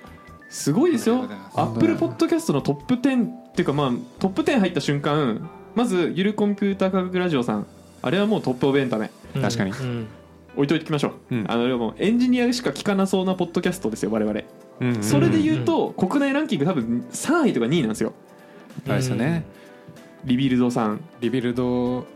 S1: すごいです
S4: あ
S1: よ
S4: りがとうございます
S1: アップルポッドキャストのトップ10っていうかまあトップ10入った瞬間まずゆるコンピューター科学ラジオさんあれはもうトップオブエンタメ
S2: 確かに
S3: うん
S1: 置いといてきましょう、
S2: うん
S1: あのでもエンジニアしか聞かなそうなポッドキャストですよ我々
S2: うんうん
S1: それで言うと、国内ランキング多分3位とか2位なんですよ
S2: あれですよね
S1: リビルドさん
S2: リビルド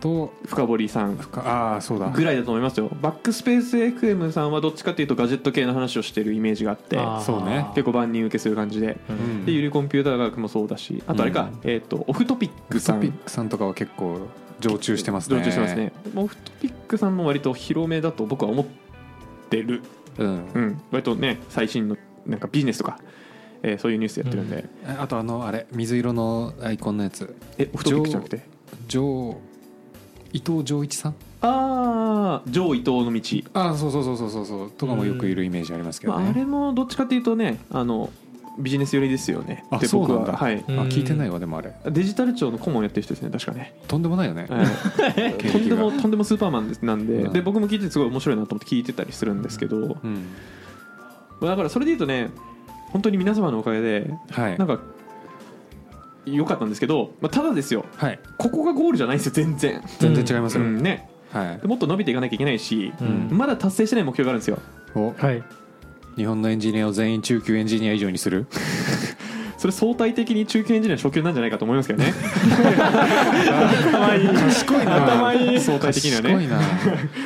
S2: と
S1: 深堀さん
S2: ああそうだ
S1: ぐらいだと思いますよバックスペース FM さんはどっちかっていうとガジェット系の話をしてるイメージがあって
S3: あー
S2: そうね
S1: 結構万人受けする感じで
S2: うん
S1: でゆりコンピューター学もそうだしあとあれか、えっとオフトピック
S2: グ
S1: さ
S2: サ
S1: ん
S2: ピックさんとかは結構常駐してますね
S1: 常駐してますねオフトピックさんも割と広めだと僕は思ってる
S2: うん
S1: うん、割とね最新のなんかビジネスとか、えーそういうニュースやってるんで、
S3: うん
S2: えあとあのあれ水色のアイコンのやつ
S1: えオフトピックじゃなくて
S2: ジョー伊藤丈一さん
S1: ああ上伊藤の道、
S2: ああそうそうそうそうそうそうとかもよくいるイメージありますけ
S1: ま
S2: ど
S1: あ、あれ
S2: ね、
S1: もどっちかっていうとねあのビジネス寄りですよね
S2: あ
S1: って
S2: そう
S1: 僕
S2: なん
S1: は
S2: だ
S1: はい
S3: うん
S2: あ聞いてないわでもあれ
S1: デジタル庁の顧問やってる人ですね確かね、
S2: とんでもないよね、
S1: はい
S2: 経歴
S1: と
S2: が
S1: んでもとんでもスーパーマンですなんで,、
S2: うん
S1: で僕も聞いててすごい面白いなと思って聞いてたりするんですけど
S2: うん
S1: だからそれで言うとね本当に皆様のおかげで
S2: はい
S1: なんか良かったんですけど、まあ、ただですよ
S2: はい
S1: ここがゴールじゃないんですよ全然、
S2: 全然違います
S1: う
S2: よ、
S1: ん、ね
S2: はい
S1: でもっと伸びていかなきゃいけないし、
S3: うん
S1: まだ達成してない目標があるんですよ
S2: お
S3: はい
S2: 日本のエンジニアを全員中級エンジニア以上にする
S1: それ相対的に中堅エンジニアの初級なんじゃないかと思いますけどね頭いい
S2: 賢いな
S1: 頭いい *laughs* 相対的には
S2: 賢
S1: ね
S2: いな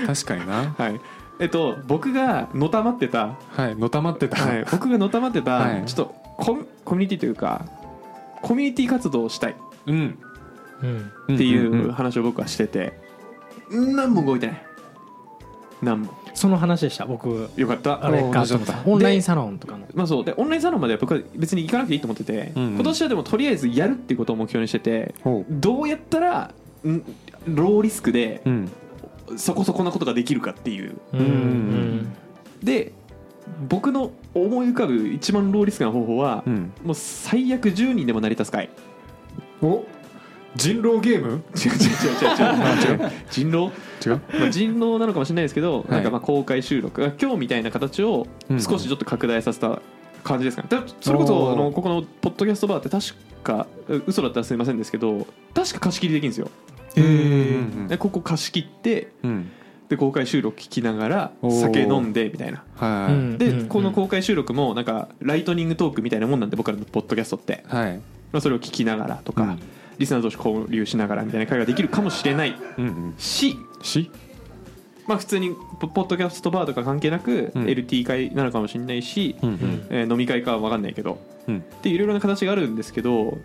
S2: 確かにな
S1: はいえっと僕がのたまってた、
S2: はいのたまってた、
S1: はい、僕がのたまってた、
S2: はい
S1: ちょっとコミコミュニティというかコミュニティ活動をしたいっ
S2: うん
S3: うん
S1: てい
S2: んん
S1: うん話を僕はしてて、何も動いてない何も
S3: その話でした僕
S1: よかった
S3: あれ
S2: おー同
S3: か
S2: じ
S3: と
S2: だ
S3: 思
S2: っ
S3: ったたオンラインサロンとかの
S1: まあそうでオンラインサロンまでは僕は別に行かなくていいと思ってて、
S2: うんうん
S1: 今年はでもとりあえずやるっていうことを目標にしてて
S2: ほ
S1: どうやったらんローリスクで
S2: ううん
S1: そこそこなことができるかっていう
S3: うん
S1: で僕の思い浮かぶ一番ローリスクな方法は、
S2: うん
S1: もう最悪10人でも成り立つかい
S2: お人狼ゲー
S1: 違
S2: ム
S1: う違う違う違う違う人狼、
S2: 違う
S1: まあ、人狼なのかもしれないですけど、
S2: い
S1: なんかまあ公開収録今日みたいな形を少しちょっと拡大させた感じですかね、だそれこそ
S2: おー
S1: あのここのポッドキャストバーって確かう嘘だったらすみませんですけど確か貸し切りできるんですよ、
S2: え
S1: でここ貸し切って
S2: うん
S1: で公開収録聞きながら
S2: おー
S1: 酒飲んでみたいな
S2: はい、
S3: うん
S1: でこの公開収録もなんかライトニングトークみたいなもんなんで僕らのポッドキャストって、
S2: はい
S1: まあ、それを聞きながらとか、
S2: うん
S1: リスナー同士交流しながらみたいな会ができるかもしれない
S2: うんうん
S1: し、
S2: し
S1: まあ、普通にポポッドキャストバーとか関係なく
S2: うん
S1: LT 会なのかもしれないし、
S2: うんうん
S1: えー飲み会かは分かんないけど
S2: うん
S1: でいろいろな形があるんですけど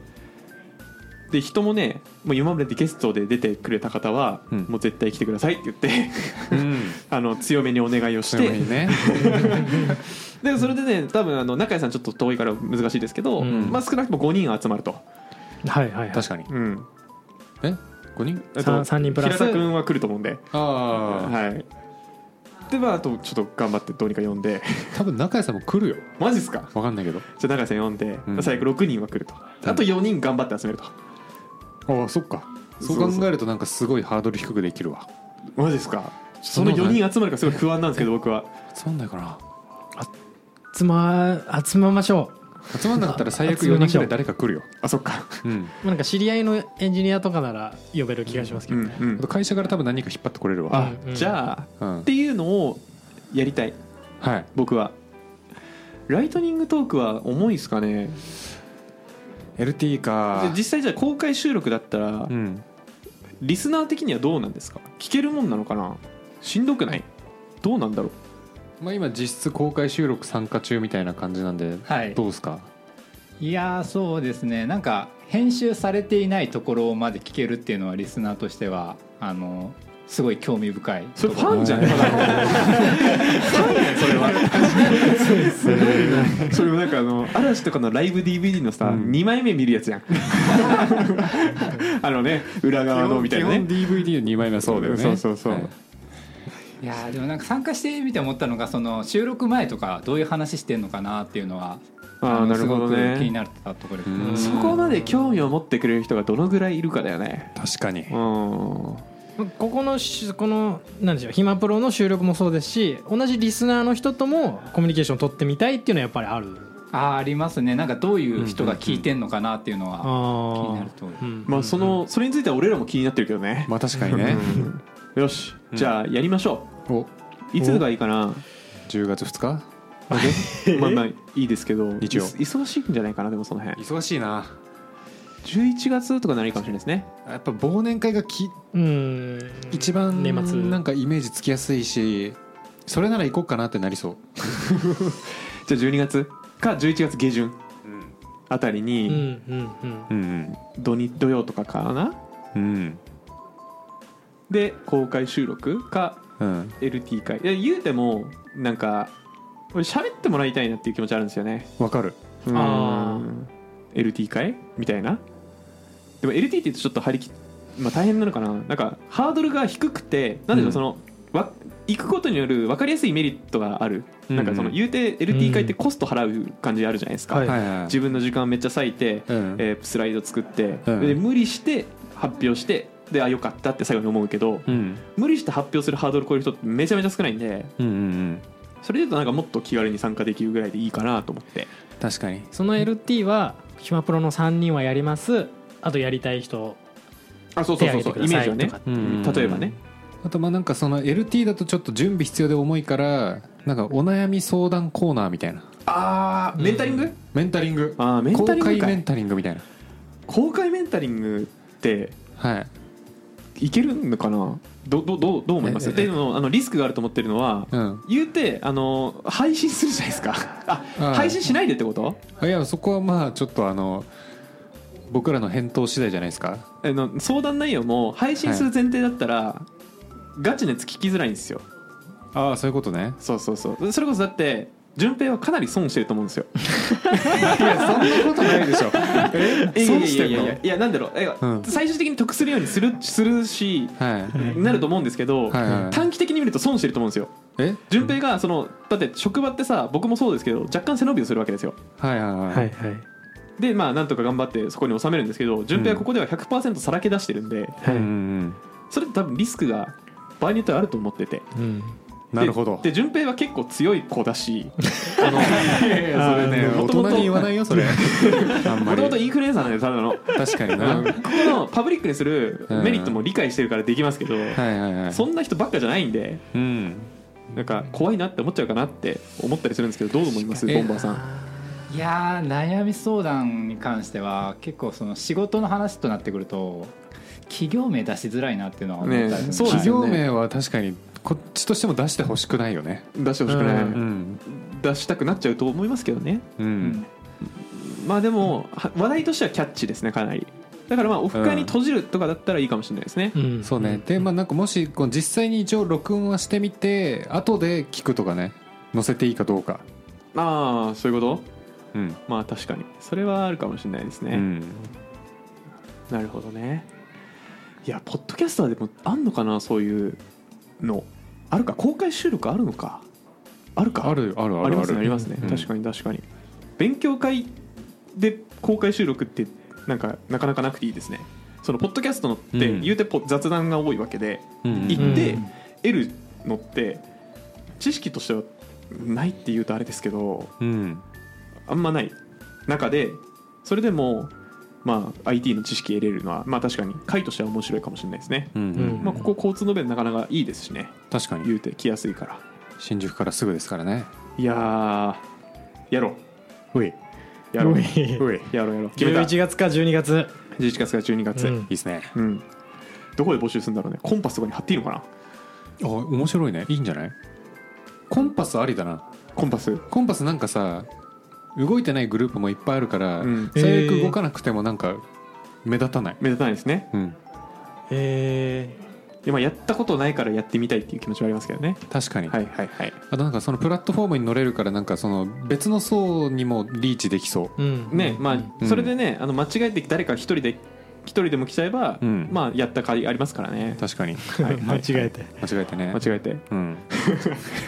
S1: で人もねもう今までゲストで出てくれた方は、
S2: うん
S1: もう絶対来てくださいって言って *laughs*
S2: うん
S1: あの強めにお願いをし
S2: そ
S1: て
S2: れもいいね
S1: でそれでね多分あの中井さんちょっと遠いから難しいですけど、
S3: うん
S1: まあ、少なくとも5人は集まると、
S3: はいはいはい
S2: 確かに
S1: うん、
S2: え五人
S1: あと
S3: さん三人プラス
S1: 平田君は来ると思うんで、
S2: ああ
S1: はい、でまああとちょっと頑張ってどうにか呼んで
S2: 多分中谷さんも来るよ
S1: *laughs* マジっすか
S2: わかんないけど
S1: じゃあ永井さん呼んで、
S2: うん
S1: 最悪6人は来るとあと4人頑張って集めると、
S2: ああそっかそう考えるとなんかすごいハードル低くできるわ
S1: マジっすかそ
S2: そん
S1: の
S2: なこ
S1: 4
S2: とない
S1: 人集まるかすごい不安なんですけど僕は
S2: 集まんないかな
S3: 集ま集まましょ
S2: 集まんなかったら最悪
S3: 集め
S2: 4
S3: ま
S2: 人
S3: し
S2: ぐら
S3: ょう
S2: い誰か来るよ
S1: あそっか
S2: うん
S3: うなんか知り合いのエンジニアとかなら呼べる気がしますけ
S1: う
S3: ど
S1: んう
S3: ね
S2: あ
S1: ん
S2: と会社から多分何か引っ張ってこれるわ
S1: あ、
S3: うん
S1: じゃあ
S2: うん
S1: っていうのをやりたい
S2: はい
S1: 僕はライトニングトークは重いですかね
S2: LT か
S1: で実際じゃあ公開収録だったら
S2: うん
S1: リスナー的にはどうなんですか聞けるもんなのかなしんどくないどうなんだろう
S2: まあ今実質公開収録参加中みたいな感じなんで
S4: はい
S2: どうすか
S4: いやーそうですねなんか編集されていないところまで聞けるっていうのはリスナーとしてはあのすごい興味深い
S1: それ
S4: と
S1: フ
S4: ころ
S1: ァンじゃないファンやんそれはそれもなんかあの嵐とかのライブ DVD のさ、
S2: うん
S1: 2枚目見るやつじゃんあのね裏側のみたいなね
S2: DVD の2枚目はそうだよね
S1: そうそうそう
S2: はい
S4: いやーでもなんか参加してみて思ったのがその収録前とかどういう話してんのかなっていうのは
S1: ああ
S4: の
S1: なるほど
S4: すごく気
S1: ね
S4: になってたところです
S2: うん
S1: そこまで興味を持ってくれる人がどのぐらいいるかだよね
S2: 確かに
S1: うん
S3: ここのしこのなんでしょう暇プロの収録もそうですし同じリスナーの人ともコミュニケーション取ってみたいっていうのはやっぱりある
S4: あーありますねなんかどういう人が聞いてんのかなっていうのは気にな
S3: あ
S4: ると
S3: あ、うん
S1: まあそのそれについては俺らも気になってるけどね、
S2: まあ確かにね
S1: うんよし
S2: うん
S1: じゃあやりましょう
S2: お
S1: いつがいいかな
S2: 10月2日
S1: *laughs* まあまあいいですけど
S2: 一応
S1: い忙しいんじゃないかなでもその辺
S2: 忙しいな
S1: 11月とかなりかもしれないですね
S2: やっぱ忘年会がき
S3: うん
S2: 一番
S3: 年末
S2: なんかイメージつきやすいしそれなら行こうかなってなりそう
S1: じゃあ12月か11月下旬あたり
S3: う
S1: に
S3: んうん
S2: う
S3: うん
S2: ん
S1: 土日土曜とかかな
S2: うん
S1: で公開収録か
S2: うん
S1: LT 会いや言うてもなんか俺喋ってもらいたいなっていう気持ちあるんですよね
S2: わかる
S1: うん
S3: あ
S1: LT 会みたいなでも LT って言うとちょっと張り切っまあ大変なのかななんかハードルが低くてなんでしょう
S2: うん
S1: その、わ行くことによる分かりやすいメリットがある、
S2: うん
S1: なんかその言うて LT 会ってコスト払う感じあるじゃないですか、
S3: はい
S2: はいはい
S1: 自分の時間めっちゃ割いて、
S2: うん
S1: えースライド作って、
S2: うん
S1: で無理して発表してであよかったって最後に思うけど
S2: うん
S1: 無理して発表するハードル超える人ってめちゃめちゃ少ないんで
S2: うんうんうん
S1: それで言うとなんかもっと気軽に参加できるぐらいでいいかなと思って
S2: 確かに
S3: その LT は暇プロの3人はやりますあとやりたい人
S1: あそう
S3: 手挙げてくだ
S1: イメー
S3: さ
S1: ジはいね
S3: とか
S2: うんうんうん
S1: 例えばね
S2: あとまあなんかその LT だとちょっと準備必要で重いからなんかお悩み相談コーナーみたいな
S1: あ
S3: メンタリング
S2: メンタリング
S1: あーメンタリングか
S2: 公開メンタリングみたいな
S1: 公開メンタリングって
S2: はい
S1: いけるのかなどどどうどう思います
S2: ええ
S1: っていうのあのリスクがあると思ってるのは、
S2: うん
S1: 言うてあの配信するじゃないですか *laughs* あ
S2: あー
S1: 配信しないでってこと
S2: いやそこはまあちょっとあの僕らの返答次第じゃないですか
S1: あの相談内容も配信する前提だったら、ガチのやつ聞きづらいんですよ
S2: ああそういうことね
S1: そうそうそうそれこそだって順平はかなり損してると思うんですよ
S2: いやそんなことないでしょえ損してん
S1: *laughs* いやいやいやい
S2: の
S1: やいやなんだろうえ、
S2: うん
S1: 最終的に得するようにするするし、
S2: はい
S3: い
S1: なると思うんですけど、
S2: はいはい
S1: 短期的に見ると損してると思うんですよ
S2: え
S1: 順平がそのだって職場ってさ僕もそうですけど若干背伸びをするわけですよ
S2: はいはい
S3: は
S2: はいい
S3: はい
S1: でまあなんとか頑張ってそこに収めるんですけど順平はここでは100%さらけ出してるんで
S2: うんうんうん
S1: それって多分リスクが場合によってはあると思ってて
S3: うん
S2: なるほど
S1: でで順平は結構強い子だ
S2: *laughs*
S1: し
S2: それね大
S1: 元々
S2: 人に言わないよそれあんま
S1: もともと
S2: り
S1: インフルエンサーなんでただのこ
S2: 確かになはい
S1: このパブリックにするメリットも理解してるからできますけど
S2: はいはい
S1: そんな人ばっかじゃないんで
S2: うん
S1: なんか怖いなって思っちゃうかなって思ったりするんですけどどう思いますボ
S2: 確かに
S1: ンバーさん
S4: いやー悩み相談に関しては結構その仕事の話となってくると企業名出しづらいなっていうのは思ったりするんです
S1: ねそうで
S2: 企
S1: すよ
S2: 業名は確かにこっちとしても出してほしくないよね
S1: 出してほしくない、
S3: う
S2: うん
S1: 出したくなっちゃうと思いますけどね
S2: う
S4: うんん
S1: まあでもは話題としてはキャッチですねかなりだからまあオフ会に閉じるとかだったらいいかもしれないですね、
S3: ん
S2: そうね、でまあなんかもしこう実際に一応録音はしてみて後で聞くとかね載せていいかどうか
S1: ああそういうこと
S2: うん、
S1: まあ確かにそれはあるかもしれないです
S2: う
S1: ね、
S2: ん、
S1: なるほどねいやポッドキャスターでもあんのかなそういうのあるか公開収録あるのかあるか
S2: あるあるあ
S1: あ
S2: る
S1: りますねありますすね、
S2: うん
S1: 確かに確かに勉強会で公開収録ってなんかなかなかなくていいですねそのポッドキャストのって
S2: うん
S1: 言うてポ雑談が多いわけで、
S2: うん
S1: 行って、
S3: うん
S1: L のって知識としてはないっていうとあれですけど
S2: うん
S1: あんまない中でそれでも、まあ、IT の知識得れるのは、まあ、確かに回としては面白いかもしれないですね、
S2: うんうん
S3: ん
S1: まあ、ここ交通の便なかなかいいですしね
S2: 確かに
S1: 言うて来やすいから
S2: 新宿からすぐですからね
S1: いやーやろ
S2: ういう
S1: やろう
S3: おい
S2: おいい
S1: やろうやろう決めた
S3: 11月か12月
S1: 11月から12月、う
S3: う
S1: ん
S3: ん
S2: いっすね
S1: どこで募集するんだろうねコンパスとかに貼っていいのかな
S2: あ面白いねいいんじゃないコンパスありだな
S1: コンパス
S2: コンパスなんかさ動いてないグループもいっぱいあるから、
S1: うん
S2: 最悪動かなくてもなんか目立たない、
S1: 目立たないですね
S2: うん、
S3: え
S1: いやまあやったことないからやってみたいっていう気持ちはありますけどね
S2: 確かに、
S1: はいはいはい
S2: あとなんかそのプラットフォームに乗れるからなんかその別の層にもリーチできそう
S3: ーうん
S1: ねま
S2: う
S1: あ
S2: ん
S1: それでねあの間違えて誰か一人で一人でも来ちゃえば、
S2: うん
S1: まあやった甲斐ありますからね
S2: 確かに
S1: は
S3: *laughs*
S1: いはい
S3: 間違えて
S2: 間違えてね
S1: 間違えて
S2: うん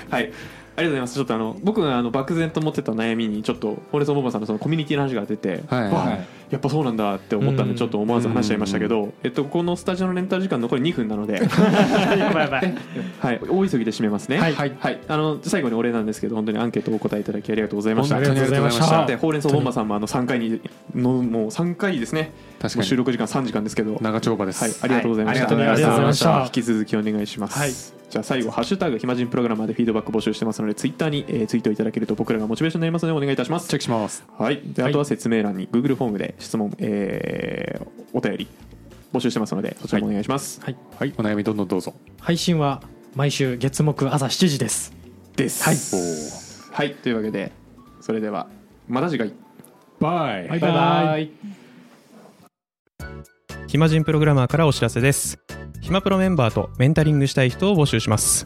S1: はいありがとうございますちょっとあの僕があの漠然と持ってた悩みにちょっとホレソンボンバーさんのそのコミュニティの話が出て、
S2: はい
S1: わ
S4: はい
S1: やっぱそうなんだって思ったん
S3: う
S1: で
S3: ん
S1: ちょっと思わず話しちゃいましたけど、えっと、このスタジオのレンタル時間残り2分な
S3: *laughs*
S1: のでやばいやばい、はい、大急ぎで締めますね、
S3: はい
S1: はい、あの最後にお礼なんですけど本当にアンケートをお答えいただきありがとうございました
S3: 本当にありがとうございまし
S1: だ
S3: た
S1: ってほうれん草ボンバーさんもあの3回にのもう3回ですね
S2: 確かに
S1: もう収録時間3時間ですけど
S2: 長丁場です、
S1: はい、ありがとうございました。
S4: はいあり
S3: がとうございました
S1: 引き続きお願いします。
S3: はい
S1: じゃあ最後ハッシュタグ暇人プログラマーでフィードバック募集してますのでツイッターに、えーツイートいただけると僕らがモチベーションになりますのでお願いいたします
S2: チェッ。クします
S1: はい。であとは説明欄に Google フォームで質問、えーお便り募集してますのでそちらもお願いします。
S3: はい、
S2: はいお悩みどんどんどうぞ
S3: 配信は毎週月木朝7時です
S1: です。はい。というわけでそれではまた次回。
S2: バイ
S3: バイ
S4: バイ
S3: バ
S4: バ
S3: イ
S4: イ
S5: 暇人プログラマーからお知らせです暇プロメンバーとメンタリングしたい人を募集します